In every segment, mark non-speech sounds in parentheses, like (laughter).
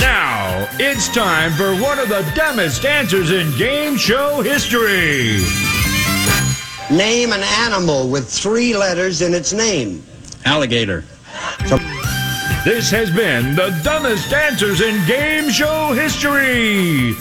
Now it's time for one of the dumbest answers in game show history. Name an animal with three letters in its name. Alligator. This has been the dumbest answers in game show history.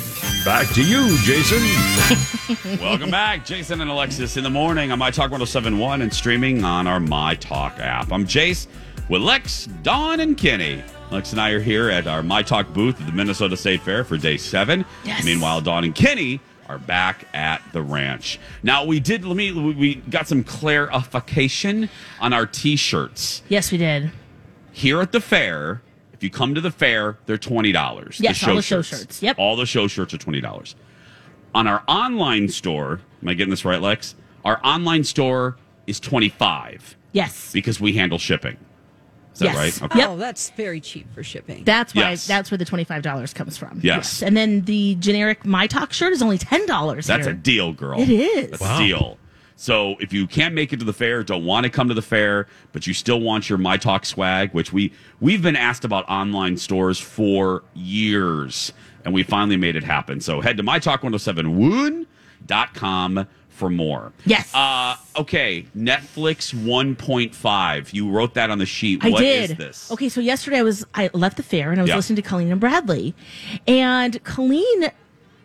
Back to you, Jason. Welcome back, Jason and Alexis, in the morning on My Talk 1071 and streaming on our My Talk app. I'm Jace with Lex, Dawn, and Kenny. Lex and I are here at our My Talk booth at the Minnesota State Fair for day seven. Yes. Meanwhile, Dawn and Kenny are back at the ranch. Now, we did, let me, we got some clarification on our t shirts. Yes, we did. Here at the fair, if you come to the fair, they're $20. Yes, all the show shirts. Yep. All the show shirts are $20 on our online store, am I getting this right, Lex? Our online store is 25 Yes. because we handle shipping. Is that Yes. right? Okay. Yep. Oh, that's very cheap for shipping. That's why Yes. that's where the twenty five dollars comes from. Yes. And then the generic My Talk shirt is only ten dollars. That's a deal, girl. It is. That's a deal. So if you can't make it to the fair, don't want to come to the fair, but you still want your My Talk swag, which we we've been asked about online stores for years, and we finally made it happen. So head to mytalk1071.com for more. Yes. Uh, okay. Netflix 1.5. You wrote that on the sheet. I What did. is this? Okay, so yesterday I was I left the fair and I was Yeah. listening to Colleen and Bradley, and Colleen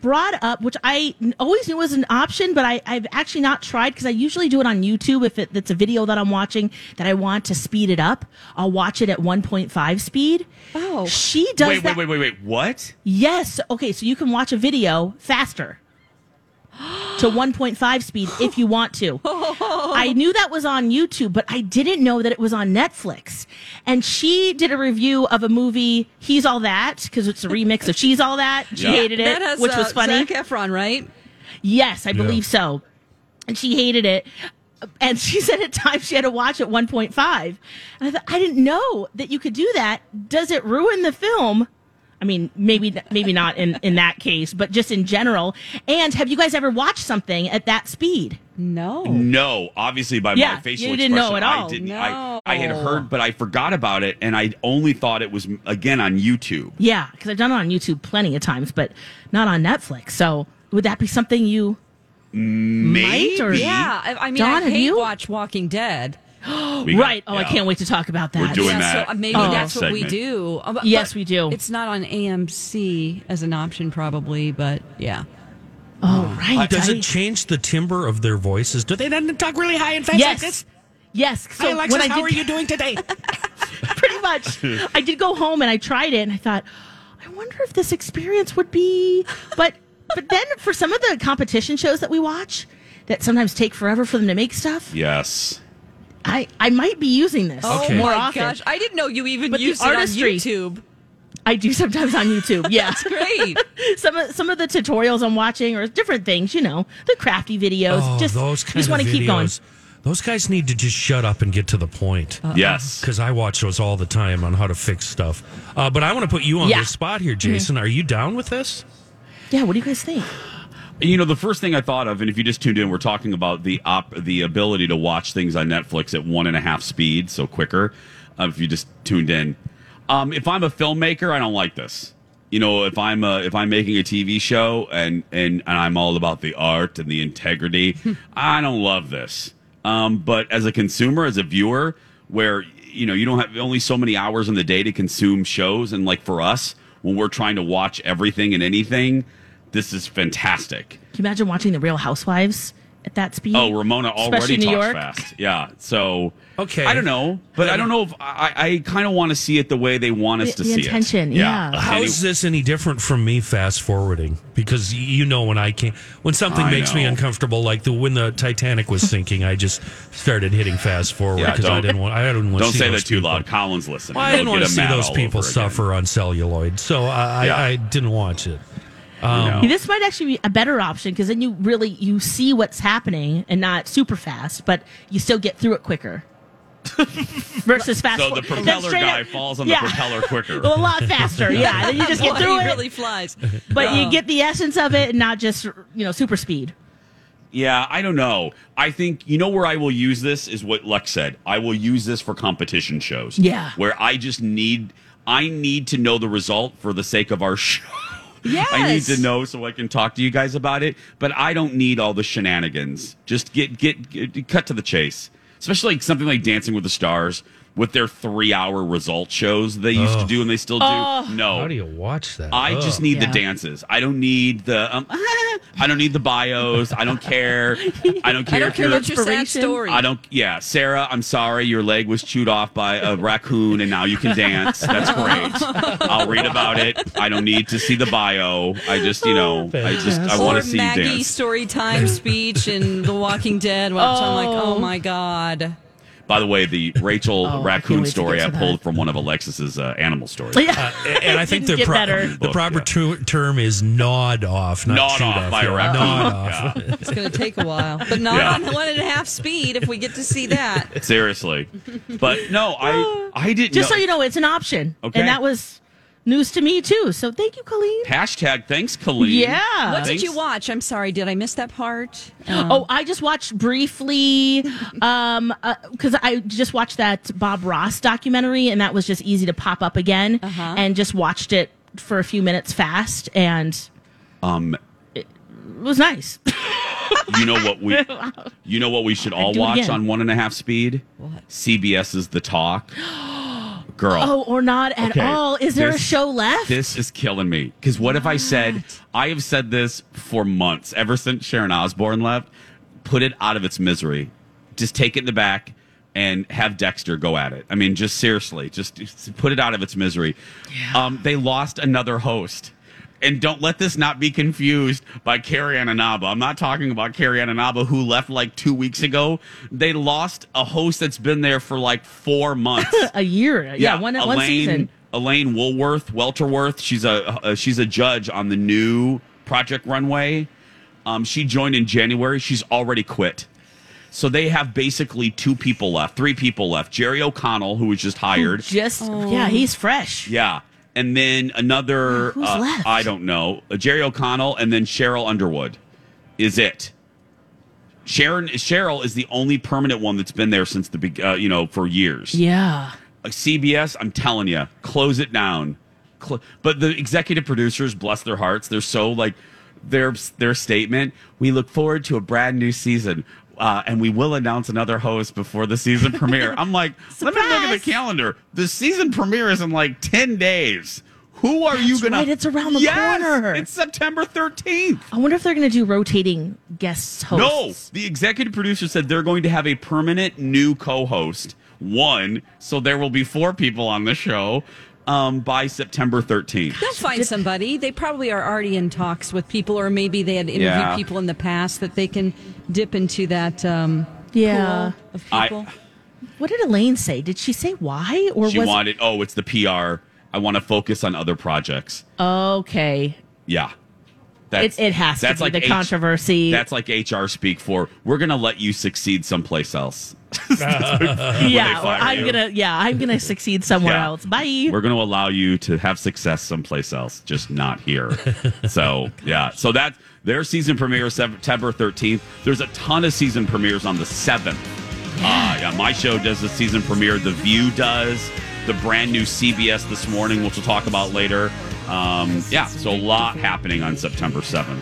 brought up which I n- always knew was an option, but I, I've actually not tried because I usually do it on YouTube. If it, it's a video that I'm watching that I want to speed it up, I'll watch it at 1.5 speed. Oh. she does Wait, that. wait, wait, wait, wait. What? Yes. Okay, so you can watch a video faster. (gasps) To 1.5 speed if you want (laughs) to. I knew that was on YouTube, but I didn't know that it was on Netflix. And she did a review of a movie, He's All That, because it's a remix of She's All That. She Yeah. hated it, That has, which uh, was funny. Zac Efron, right? Yes, I believe so. And she hated it. And she (laughs) said at times she had to watch at 1.5. And I thought, I didn't know that you could do that. Does it ruin the film? I mean, maybe maybe not in, in that case, but just in general. And have you guys ever watched something at that speed? No. No, obviously by Yeah, my facial you didn't know expression, at all. I didn't. I, No. I had heard, but I forgot about it, and I only thought it was again on YouTube. Yeah, because I've done it on YouTube plenty of times, but not on Netflix. So would that be something you Maybe. or- Yeah, I, I mean, Dawn, I have hate you? watch Walking Dead. We got- right? Oh, I yeah. can't wait to talk about that. We're doing yeah, that so uh, maybe in the that's next what we segment. do. Uh, but- Yes, but we do. It's not on AMC as an option, probably, but yeah. Oh, right. Uh, Does I- it change the timbre of their voices? Do they not talk really high and fast like yes. this? Yes. So Hi, Alexis, when I how did- are you doing today? (laughs) pretty much. I did go home and I tried it and I thought, I wonder if this experience would be but but then for some of the competition shows that we watch that sometimes take forever for them to make stuff, Yes. I, I might be using this Oh Okay. more my often. gosh, I didn't know you even But the used it on artistry- YouTube. I do sometimes on YouTube. Yeah. That's great. (laughs) some of some of the tutorials I'm watching or different things, you know, the crafty videos. oh, just those kind just of want to keep going. videos. Those guys need to just shut up and get to the point. Uh. Yes. Because I watch those all the time on how to fix stuff. Uh, but I want to put you on Yeah. Mm-hmm. the spot here, Jason. Are you down with this? Yeah, what do you guys think? You know, the first thing I thought of, and if you just tuned in, we're talking about the op- the ability to watch things on Netflix at one and a half speed, so quicker. Uh, if you just tuned in, um, if I'm a filmmaker, I don't like this. You know, if I'm uh if I'm making a TV show and and, and I'm all about the art and the integrity, I don't love this. Um, but as a consumer, as a viewer, where you know you don't have only so many hours in the day to consume shows, and like for us, when we're trying to watch everything and anything, this is fantastic. Can you imagine watching The Real Housewives at that speed. Oh, Ramona already Especially New talks York. fast. Yeah. So Okay. I don't know, but I don't know if I, I kind of want to see it the way they want us to The- the see intention, it. yeah. How Any- is this any different from me fast forwarding? Because y- you know when I can when something I makes me know. uncomfortable, like the when the Titanic was sinking, I just started hitting fast forward Yeah, because I don't- didn't want I didn't want Don't to see say those that too people. loud. Collins, listen. Well, I didn't want to see those people suffer. suffer on celluloid, so I, Yeah. I, I didn't watch it. um, (laughs) Yeah, This might actually be a better option because then you really you see what's happening and not super fast, but you still get through it quicker. (laughs) Versus fast. So the forward. That's propeller straight guy up- falls on the Yeah. propeller (laughs) quicker. a lot (laughs) faster. Yeah, then you (laughs) just get Well, through he it, really flies. but Oh. uh, you get the essence of it, and not just you know super speed. (laughs) Yeah, I don't know. I think you know where I will use this is what Lex said. I will use this for competition shows. Yeah. Where I just need I need to know the result for the sake of our (laughs) show. Yes. I need to know so I can talk to you guys about it, but I don't need all the shenanigans. Just get get, get cut to the chase. Especially like something like Dancing with the Stars with their 3-hour result shows they used to do and they still do. No. How do you watch that? I just need Yeah. the dances. I don't need the um, (laughs) I don't need the bios. I don't care. I don't care I don't if care you're what your sad inspiration. story. I don't yeah, Sarah, I'm sorry your leg was chewed off by a raccoon and now you can dance. That's great. I'll read about it. I don't need to see the bio. I just, you know, I just I want or to see Maggie you dance. story time speech in The Walking Dead. Which (laughs) I'm like, oh my god. By the way, the Rachel Oh, can't wait raccoon to story get I to pulled that. from one of Alexis's uh, animal stories. Yeah, And- and I think Didn't the, get (laughs) better. the proper ter- term is gnawed off, not Gnawed chewed off by a yeah, raccoon. Gnawed off. Yeah. It's going to take a while, (laughs) but not Yeah. on one and a half speed. If we get to see that, Seriously. But no, I I didn't just know- so you know, it's an option, Okay. and that was news to me too. So thank you, Colleen. Hashtag thanks, Colleen. Yeah. (laughs) what did Thanks. you watch? I'm sorry, did I miss that (gasps) part? Oh, I just watched briefly um because I just watched that Bob Ross documentary, and that was just easy to pop up again, and just watched it for a few minutes fast, and Um, it (laughs) was nice. you know what (laughs) we, you know what we should all do it watch again. on one and a half speed. CBS's The Talk. (gasps) Girl, oh, or not at Okay. all. Is there a This- show left? this is killing me. Because what if I said I have said this for months, ever since Sharon Osbourne left. Put it out of its misery. Just take it in the back and have Dexter go at it. I mean, just seriously, just, just put it out of its misery. Um, they lost another host. And don't let this not be confused by Carrie Ananaba. I'm not talking about Carrie Ananaba, who left like two weeks ago. They lost a host that's been there for like four months. a year. Yeah, one Elaine, one season. Elaine Woolworth, Welterworth. She's a uh, she's a judge on the new Project Runway. Um, she joined in January. She's already quit. So they have basically two people left, three people left. Jerry O'Connell, who was just hired. Just yeah, he's fresh. yeah. And then another, Who's uh, left? I don't know, uh, Jerry O'Connell, and then Cheryl Underwood is it. Sharon Cheryl is the only permanent one that's been there since the beg- uh, you know for years. Yeah. Like, CBS, I'm telling you, close it down. Cl- but the executive producers, bless their hearts, they're so like their their statement. We look forward to a brand new season. Uh, and we will announce another host before the (laughs) season premiere. I'm like, let me look at the Surprise. calendar. The season premiere is in like ten days. Who are you That's gonna? right, it's around the Yes, corner. It's September 13th. I wonder if they're going to do rotating guest No, hosts. the executive producer said they're going to have a permanent new co-host, one, so there will be four people on the show um, by September 13th. They'll find somebody. They probably are already in talks with people, or maybe they had interviewed Yeah. people in the past that they can dip into that. Um, Yeah. pool of I- people. What did Elaine say? Did she say why or She was wanted, oh, it's the PR. I want to focus on other projects. okay? Yeah, It, it has to be the H- controversy. That's like HR speak for we're going to let you succeed someplace else. yeah, fire I'm you. gonna yeah I'm gonna succeed somewhere Yeah. else. Bye. We're going to allow you to have success someplace else, just not here. so, yeah. So that their season premiere is September 13th. There's a ton of season premieres on the 7th. Uh, yeah, my show does the season premiere. The View does the brand new CBS this morning, which we'll talk about later. Um, yeah, so a lot happening on September 7th.